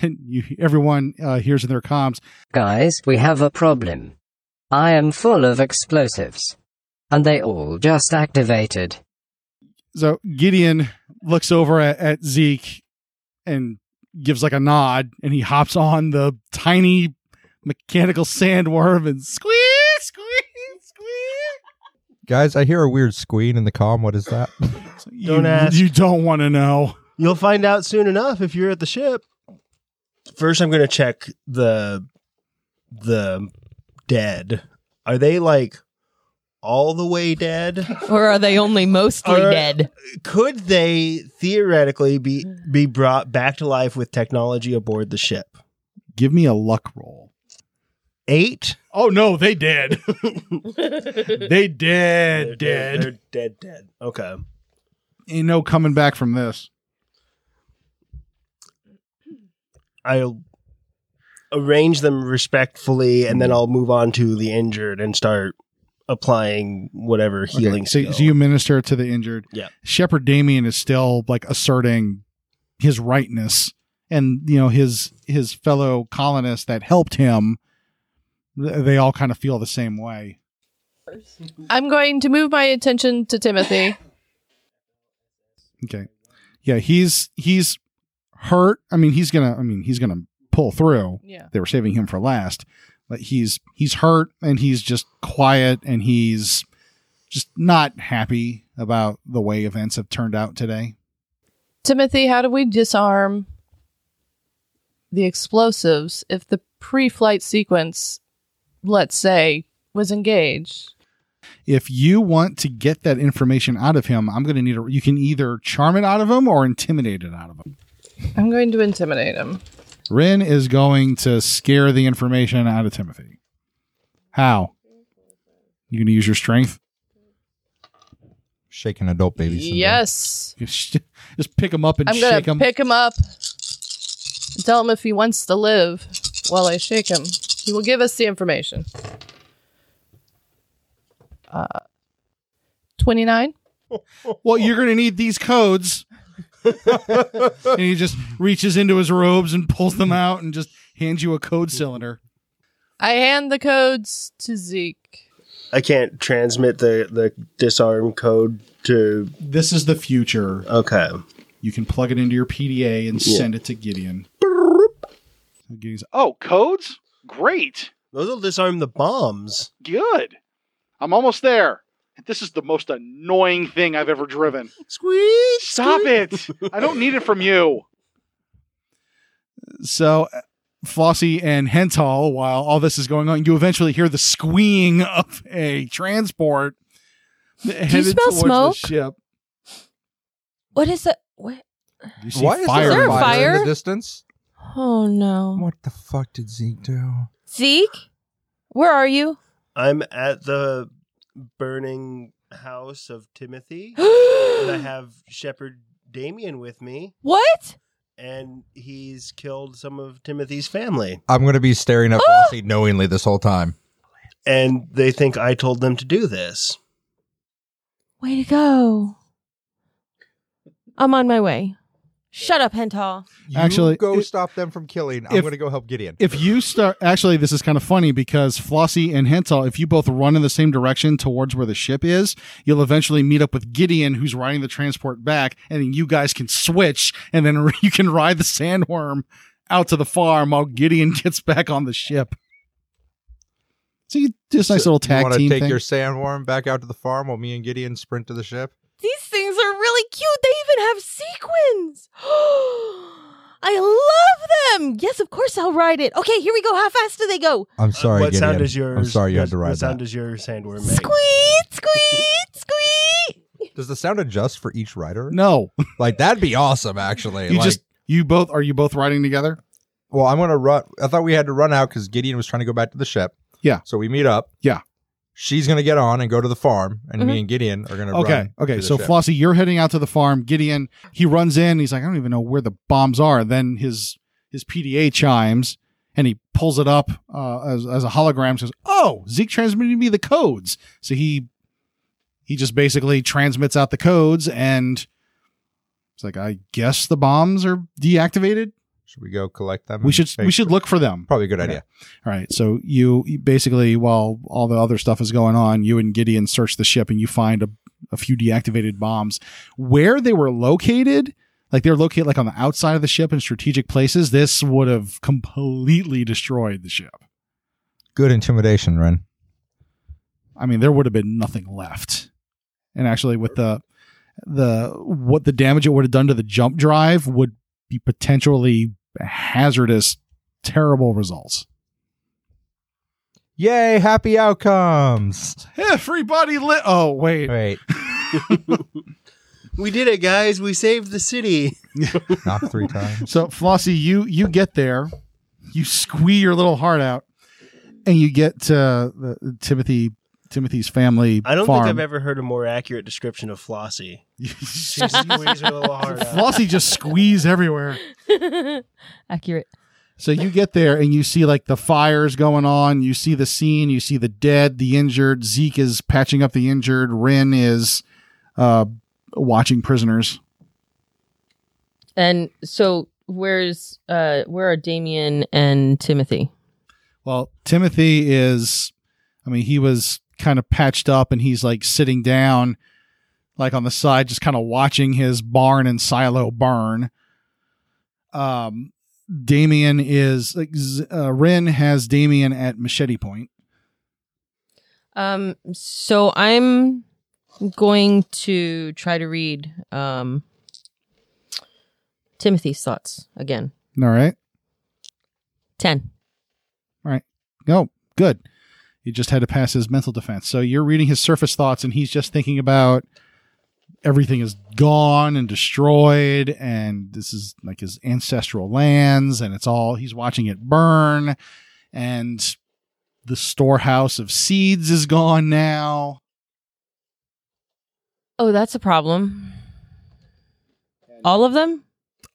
And you, everyone uh, hears in their comms,
Guys, we have a problem. I am full of explosives. And they all just activated.
So Gideon looks over at, at Zeke and gives like a nod, and he hops on the tiny mechanical sandworm and squeak, squeak, squeak.
Guys, I hear a weird squeal in the calm. What is that?
So you,
Don't ask.
You don't want to know.
You'll find out soon enough if you're at the ship. First, I'm going to check the the dead. Are they like all the way dead?
Or are they only mostly
Are-
dead?
Could they theoretically be be brought back to life with technology aboard the ship?
Give me a luck roll.
Eight.
Oh no, they did. they
They're
did,
They're dead. Dead. Okay.
Ain't no coming back from this.
I'll arrange them respectfully, and then I'll move on to the injured and start applying whatever healing.
so,
skill.
so you minister to the injured.
Yeah.
Shepherd Damien is still like asserting his rightness, and you know his his fellow colonists that helped him. th- They all kind of feel the same way.
I'm going to move my attention to Timothy.
Okay. Yeah, he's he's hurt. I mean, he's gonna. I mean, he's gonna pull through.
Yeah.
They were saving him for last, but he's he's hurt and he's just quiet and he's just not happy about the way events have turned out today.
Timothy, how do we disarm the explosives if the pre flight sequence, let's say, was engaged?
if you want to get that information out of him, I'm going to need a. You can either charm it out of him or intimidate it out of him.
I'm going to intimidate him.
Rin is going to scare the information out of Timothy. How? You going to use your strength?
Shake an adult baby. syndrome.
Yes.
Just just pick him up and
I'm going
shake
to
him.
pick him up and tell him if he wants to live while I shake him. He will give us the information. Uh, 29?
well, you're going to need these codes. and he just reaches into his robes and pulls them out and just hands you a code cylinder.
I hand the codes to Zeke.
I can't transmit the the disarm code to.
This is the future.
Okay.
You can plug it into your PDA and
Yeah.
send it to Gideon. Gideon's
Oh, codes? Great.
Those will disarm the bombs.
Good. I'm almost there. This is the most annoying thing I've ever driven.
Squeeze.
Stop it. I don't need it from you.
So uh, Flossie and Hental, while all this is going on, you eventually hear the squeeing of a transport. Do
smell
The
smoke?
ship.
What is that? What?
You
Why is
Is
there
there
a fire in
a fire?
the distance?
Oh no.
What the fuck did Zeke do?
Zeke, where are you?
I'm at the burning house of Timothy, and I have Shepherd Damien with me,
what?
and he's killed some of Timothy's family.
I'm gonna be staring at
Ah!
Oh!
Flossie knowingly this whole time.
And they think I told them to do this.
Way to go. I'm on my way. Shut up, Hental.
You
Actually,
go
it-
stop them from killing. I'm
if-
gonna go help Gideon.
If you start, actually, this is kind of funny because Flossie and Hental, if you both run in the same direction towards where the ship is, you'll eventually meet up with Gideon, who's riding the transport back, and then you guys can switch, and then you can ride the sandworm out to the farm while Gideon gets back on the ship. So you just nice little tag
you wanna
team
take
thing.
your sandworm back out to the farm while me and Gideon sprint to the ship?
These things are really cute. They even have sequins. I love them. Yes, of course I'll ride it. Okay, here we go. How fast do they go?
I'm sorry.
Uh, what
Gideon.
sound is yours?
I'm sorry you
what,
had to ride
What sound
that.
does your sandworm make?
Squeak, squeak, squeak.
does the sound adjust for each rider?
no,
Like that'd be awesome, actually.
you
like,
just you both are you both riding together?
well, I'm gonna run. I thought we had to run out because Gideon was trying to go back to the ship.
Yeah.
So we meet up.
Yeah.
She's gonna get on and go to the farm, and me and Gideon are gonna.
Okay,
run to
okay.
the
So
ship.
Flossie, you're heading out to the farm. Gideon he runs in. He's like, I don't even know where the bombs are. Then his his PDA chimes and he pulls it up uh, as as a hologram. Says, Oh, Zeke transmitted me the codes. So he he just basically transmits out the codes and. It's like I guess the bombs are deactivated.
should we go collect them?
We
and
should we
make-
should look for them.
Probably a good
Yeah.
idea.
All right. So you you basically, while all the other stuff is going on, you and Gideon search the ship and you find a, a few deactivated bombs. Where they were located, like they're located like on the outside of the ship in strategic places, this would have completely destroyed the ship.
Good intimidation, Ren.
I mean, there would have been nothing left. And actually, with the the what the damage it would have done to the jump drive would be potentially hazardous, terrible results.
Yay! Happy outcomes.
Everybody lit. Oh wait.
Wait,
We did it, guys. We saved the city.
knock three times.
So Flossie, you you get there, you squee your little heart out, and you get to the, Timothy Timothy's family.
I don't
farm.
think I've ever heard a more accurate description of Flossie. She
Jeez.
squeezed her little heart out.
Flossie just squeeze everywhere.
Accurate.
So you get there and you see like the fires going on. You see the scene. You see the dead, the injured. Zeke is patching up the injured. Ren is uh, watching prisoners.
And so where's uh where are Damien and Timothy?
Well, Timothy is, I mean, he was kind of patched up and he's like sitting down, like on the side, just kind of watching his barn and silo burn. Um, Damien is like, Z- uh, Ren has Damien at machete point.
Um so I'm going to try to read um Timothy's thoughts again.
All right.
10.
No, good. He just had to pass his mental defense. So you're reading his surface thoughts, and he's just thinking about everything is gone and destroyed, and this is like his ancestral lands, and it's all he's watching it burn, and the storehouse of seeds is gone now.
Oh, that's a problem. All of them?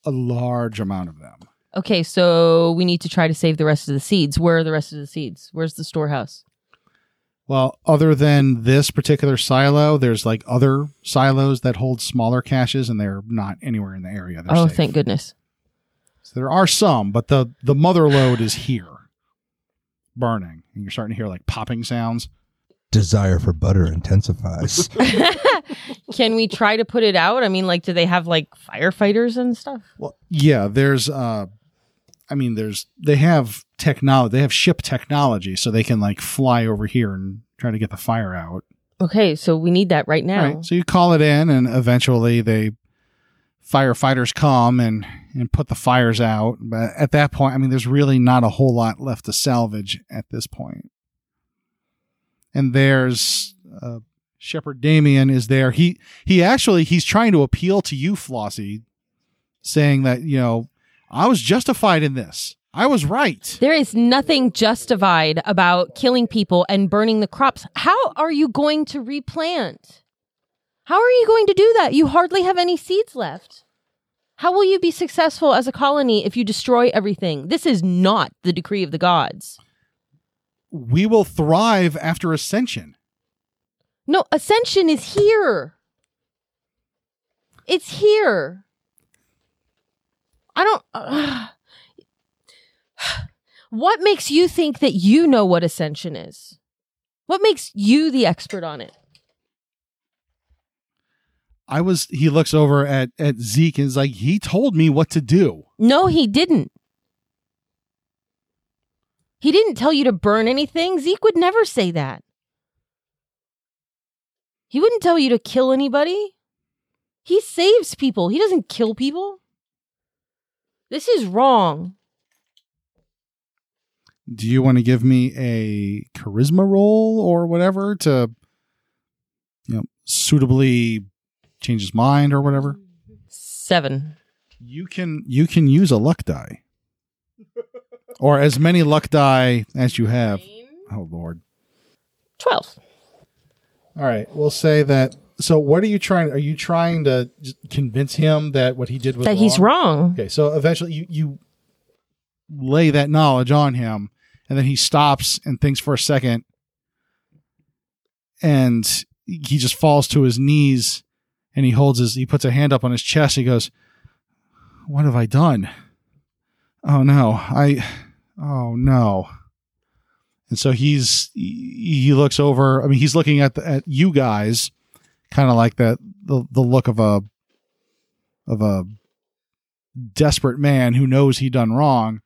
A large amount of them.
Okay, so we need to try to save the rest of the seeds. Where are the rest of the seeds? Where's the storehouse?
Well, other than this particular silo, there's like other silos that hold smaller caches, and they're not anywhere in the area. They're
oh,
safe.
thank goodness.
So there are some, but the the mother load is here, burning, and you're starting to hear like popping sounds.
Desire for butter intensifies.
Can we try to put it out? I mean, like, do they have like firefighters and stuff?
Well, yeah, there's uh, I mean, there's they have technology, they have ship technology, so they can like fly over here and try to get the fire out.
Okay, so we need that right now.
So you call it in, and eventually they firefighters come and and put the fires out. But at that point, I mean, there's really not a whole lot left to salvage at this point. And there's uh, Shepherd Damien is there. He he actually he's trying to appeal to you, Flossie, saying that you know I was justified in this. I was right.
There is nothing justified about killing people and burning the crops. How are you going to replant? How are you going to do that? You hardly have any seeds left. How will you be successful as a colony if you destroy everything? This is not the decree of the gods.
We will thrive after ascension.
No, ascension is here. It's here. I don't. what makes you think that you know what ascension is? What makes you the expert on it?
I was. He looks over at at Zeke and is like, he told me what to do.
No, he didn't. He didn't tell you to burn anything. Zeke would never say that. He wouldn't tell you to kill anybody. He saves people, he doesn't kill people. This is wrong.
Do you want to give me a charisma roll or whatever to, you know, suitably change his mind or whatever?
Seven.
You can you can use a luck die, or as many luck die as you have. Oh lord!
Twelve.
All right, we'll say that. So, what are you trying? Are you trying to j- convince him that what he did was
That he's wrong.
Okay, so eventually you you lay that knowledge on him, and then he stops and thinks for a second, and he just falls to his knees, and he holds his he puts a hand up on his chest. He goes, "What have I done? Oh no, I, oh no." And so he's he he looks over. I mean, he's looking at the, at you guys, kind of like that the the look of a of a desperate man who knows he done wrong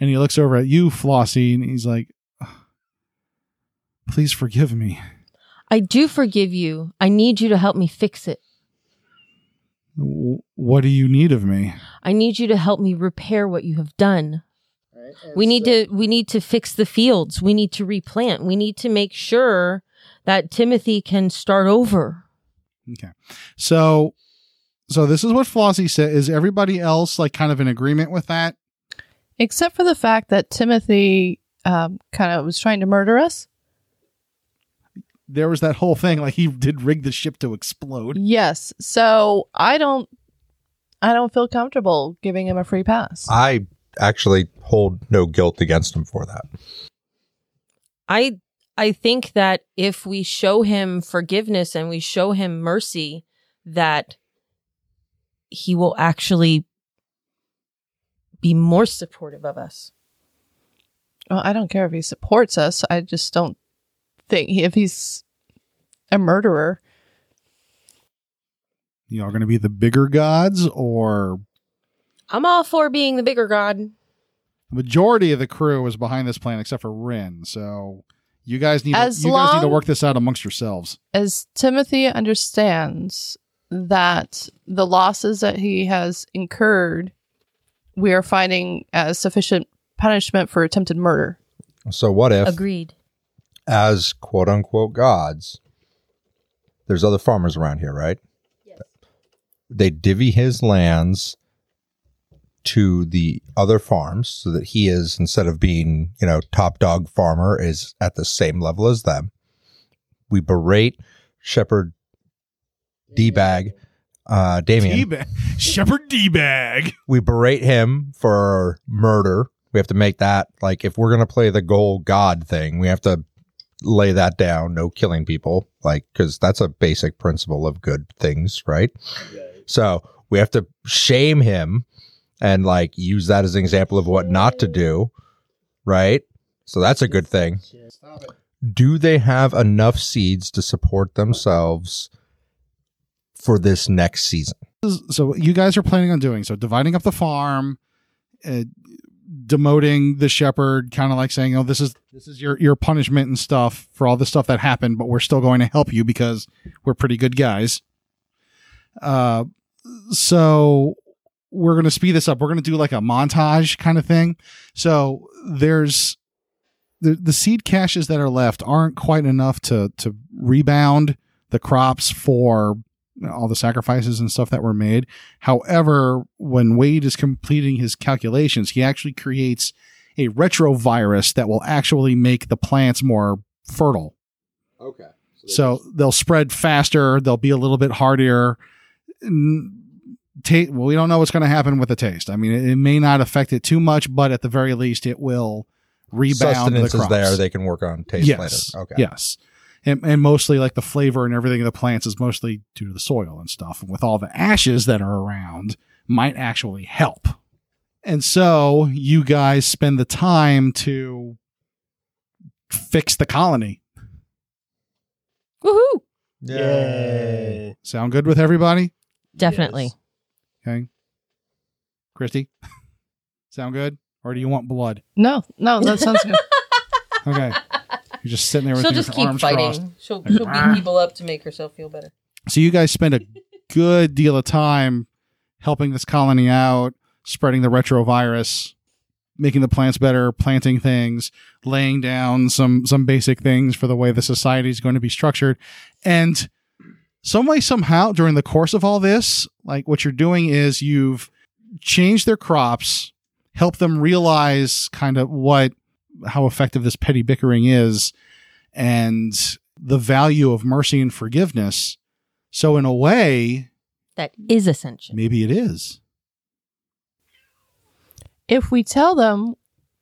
and he looks over at you flossie and he's like please forgive me
I do forgive you. I need you to help me fix it.
W- what do you need of me
I need you to help me repair what you have done. we need to we need to fix the fields. We need to replant. We need to make sure that Timothy can start over.
so so this is what flossie said is everybody else like kind of in agreement with that
Except for the fact that Timothy um, kind of was trying to murder us.
there was that whole thing like he did rig the ship to explode
Yes. So I don't I don't feel comfortable giving him a free pass.
I actually hold no guilt against him for that.
I I think that if we show him forgiveness and we show him mercy, that he will actually be more supportive of us.
Well, I don't care if he supports us. I just don't think if he's a murderer.
You are going to be the bigger gods, or
I'm all for being the bigger god.
the majority of the crew is behind this plan, except for Rin. So you guys need
As
to, you guys need to
long-
work this out amongst yourselves.
As Timothy understands that the losses that he has incurred, we are finding as sufficient punishment for attempted murder.
So what if
Agreed.
as quote unquote gods, there's other farmers around here, right? They divvy his lands to the other farms so that he is, instead of being, you know, top dog farmer, is at the same level as them. We berate Shepherd D bag, uh, Damien
D-bag. Shepherd D bag.
we berate him for murder. We have to make that like if we're gonna play the goal god thing, we have to lay that down. No killing people, like because that's a basic principle of good things, right? So we have to shame him and like use that as an example of what not to do, right? So that's a good thing. Do they have enough seeds to support themselves for this next season?
so you guys are planning on doing so dividing up the farm uh, demoting the shepherd kind of like saying oh this is this is your your punishment and stuff for all the stuff that happened but we're still going to help you because we're pretty good guys uh so we're going to speed this up we're going to do like a montage kind of thing so there's the the seed caches that are left aren't quite enough to to rebound the crops for all the sacrifices and stuff that were made. However, when Wade is completing his calculations, he actually creates a retrovirus that will actually make the plants more fertile.
Okay.
So they'll spread faster, they'll be a little bit hardier. N- Ta- well, we don't know what's going to happen with the taste. I mean, it, it may not affect it too much, but at the very least, it will rebound the
sustenance
crops.
is there they can work on taste
yes.
later okay
Yes. And, and mostly like the flavor and everything of the plants is mostly due to the soil and stuff. And with all the ashes that are around, might actually help. And so you guys spend the time to fix the colony.
Woohoo!
Yay.
Sound good with everybody?
Definitely.
Yes.
Okay. Christy, sound good? Or do you want blood?
No, no, that sounds good.
Okay. You're just sitting there with
She'll
your
just keep
arms crossed. Ah.
fighting. She'll, she'll beat people up to make herself feel better.
So you guys spend a good deal of time helping this colony out, spreading the retrovirus, making the plants better, planting things, laying down some some basic things for the way the society is going to be structured. And some way somehow during the course of all this, like what you're doing is you've changed their crops, helped them realize kind of what how effective this petty bickering is and the value of mercy and forgiveness. So in a way,
That is ascension.
maybe it is.
if we tell them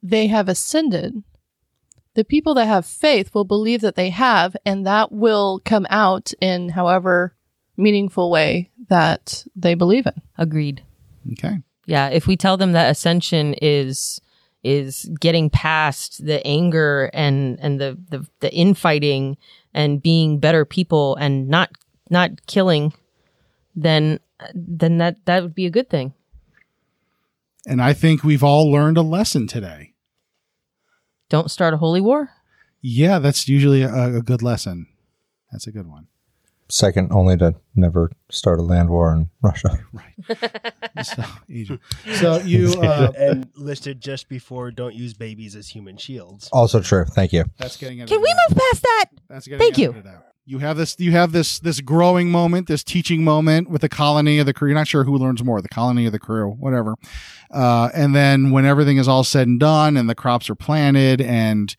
they have ascended, the people that have faith will believe that they have, and that will come out in however meaningful way that they believe in.
Agreed.
Okay.
Yeah, if we tell them that ascension is is getting past the anger and and the the, the infighting and being better people and not not killing, then then that that would be a good thing.
And I think we've all learned a lesson today.
Don't start a holy war.
Yeah, that's usually a, a good lesson. That's a good one.
second only to never start a land war in russia
So, Egypt. so you, uh,
and listed just before don't use babies as human shields.
also true thank you
that's getting.
Can we move past that?
That's getting
Thank you.
edited Out. You have this. You have this. This growing moment, this teaching moment with the colony of the crew. You're not sure who learns more, the colony of the crew, whatever. Uh, and then when everything is all said and done, and the crops are planted, and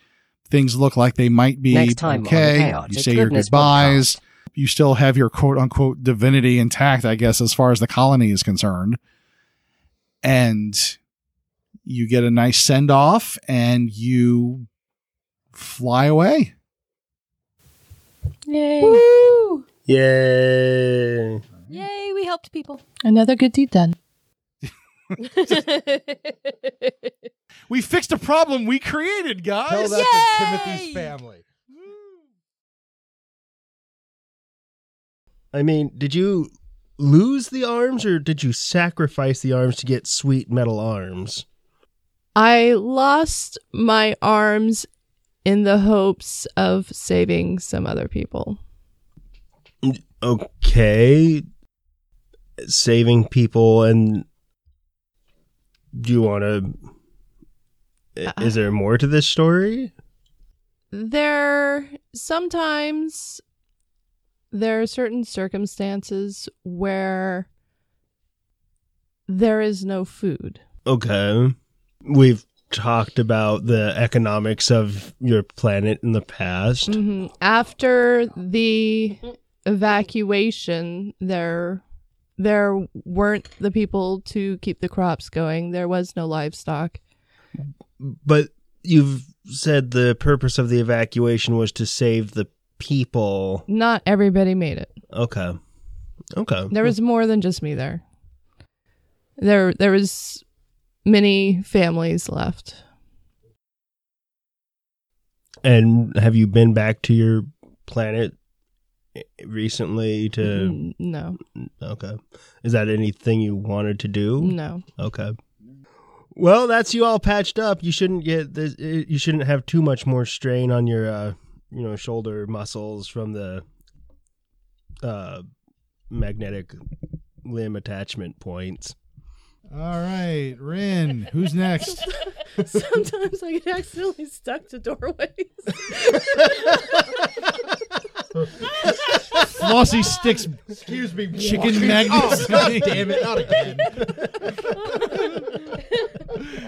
things look like they might be
Next time on the
okay,
Chaotic
you say your
Goodness
goodbyes. You still have your quote unquote divinity intact, I guess, as far as the colony is concerned. And you get a nice send off and you fly away.
Yay.
Woo!
Yay.
Yay, we helped people.
Another good deed done.
We fixed a problem we created, guys.
Tell that
Yay!
to Timothy's family.
I mean, did you lose the arms or did you sacrifice the arms to get sweet metal arms?
I lost my arms in the hopes of saving some other people.
Okay. Saving people and do you want to Is there more to this story?
There sometimes there are certain circumstances where there is no food.
Okay. We've talked about the economics of your planet in the past.
Mhm. After the evacuation, there there weren't the people to keep the crops going. There was no livestock.
But you've said the purpose of the evacuation was to save the people.
Not everybody made it.
Okay. Okay.
There was more than just me there. There there was many families left.
And have you been back to your planet recently to
N- no.
Okay. Is that anything you wanted to do?
No.
Okay. Well, that's you all patched up. You shouldn't get this. uh, You shouldn't have too much more strain on your, uh, you know, shoulder muscles from the uh, magnetic limb attachment points.
All right, Rin, who's next?
Sometimes I get accidentally stuck to doorways.
Flossie sticks
Excuse me.
chicken magnets.
Damn it, not again.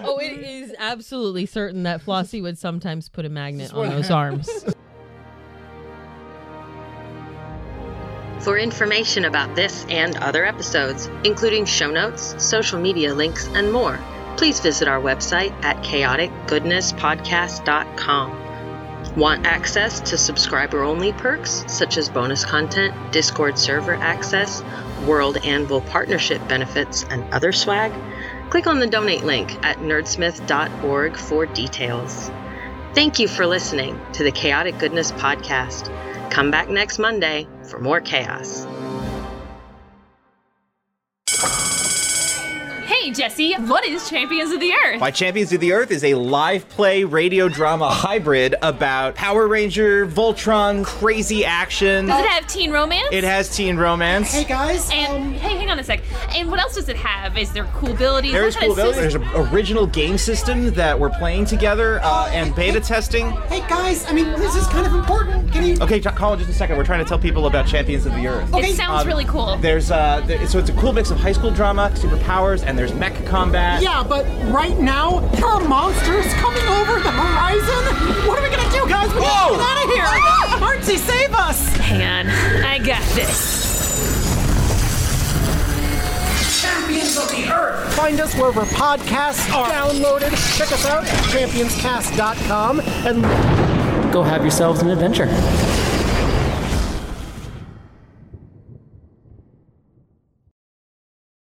Oh, it is absolutely certain that Flossie would sometimes put a magnet on
what
those arms.
For information about this and other episodes, including show notes, social media links, and more, please visit our website at chaoticgoodnesspodcast.com. Want access to subscriber only perks such as bonus content, Discord server access, World Anvil partnership benefits, and other swag? Click on the donate link at nerdsmith.org for details. Thank you for listening to the Chaotic Goodness Podcast. Come back next Monday for more chaos.
Hey, Jesse, what is Champions of the Earth?
My Champions of the Earth is a live play radio drama hybrid about Power Ranger, Voltron, crazy action.
Does it have teen romance?
It has teen romance.
guys.
um,
And hey, hang on a sec. And what else does it have? Is there cool abilities?
There's
What kind
cool
of
abilities. There's
system-
an original game system that we're playing together uh, and beta testing.
Hey guys, I mean, this is kind of important. Can you?
Okay, t- Colin, just a second. We're trying to tell people about Champions of the Earth.
It sounds
Um,
really cool.
There's uh, th- so it's a cool mix of high school drama, superpowers, and there's mech combat.
Yeah, but right now there are monsters coming over the horizon. What are we gonna do, guys? We gotta
Whoa!
get out of here. Artsy, save us!
Hang on, I got this.
Champions of the Earth. Find us wherever podcasts are downloaded. Check us out at championscast.com and go have yourselves an adventure.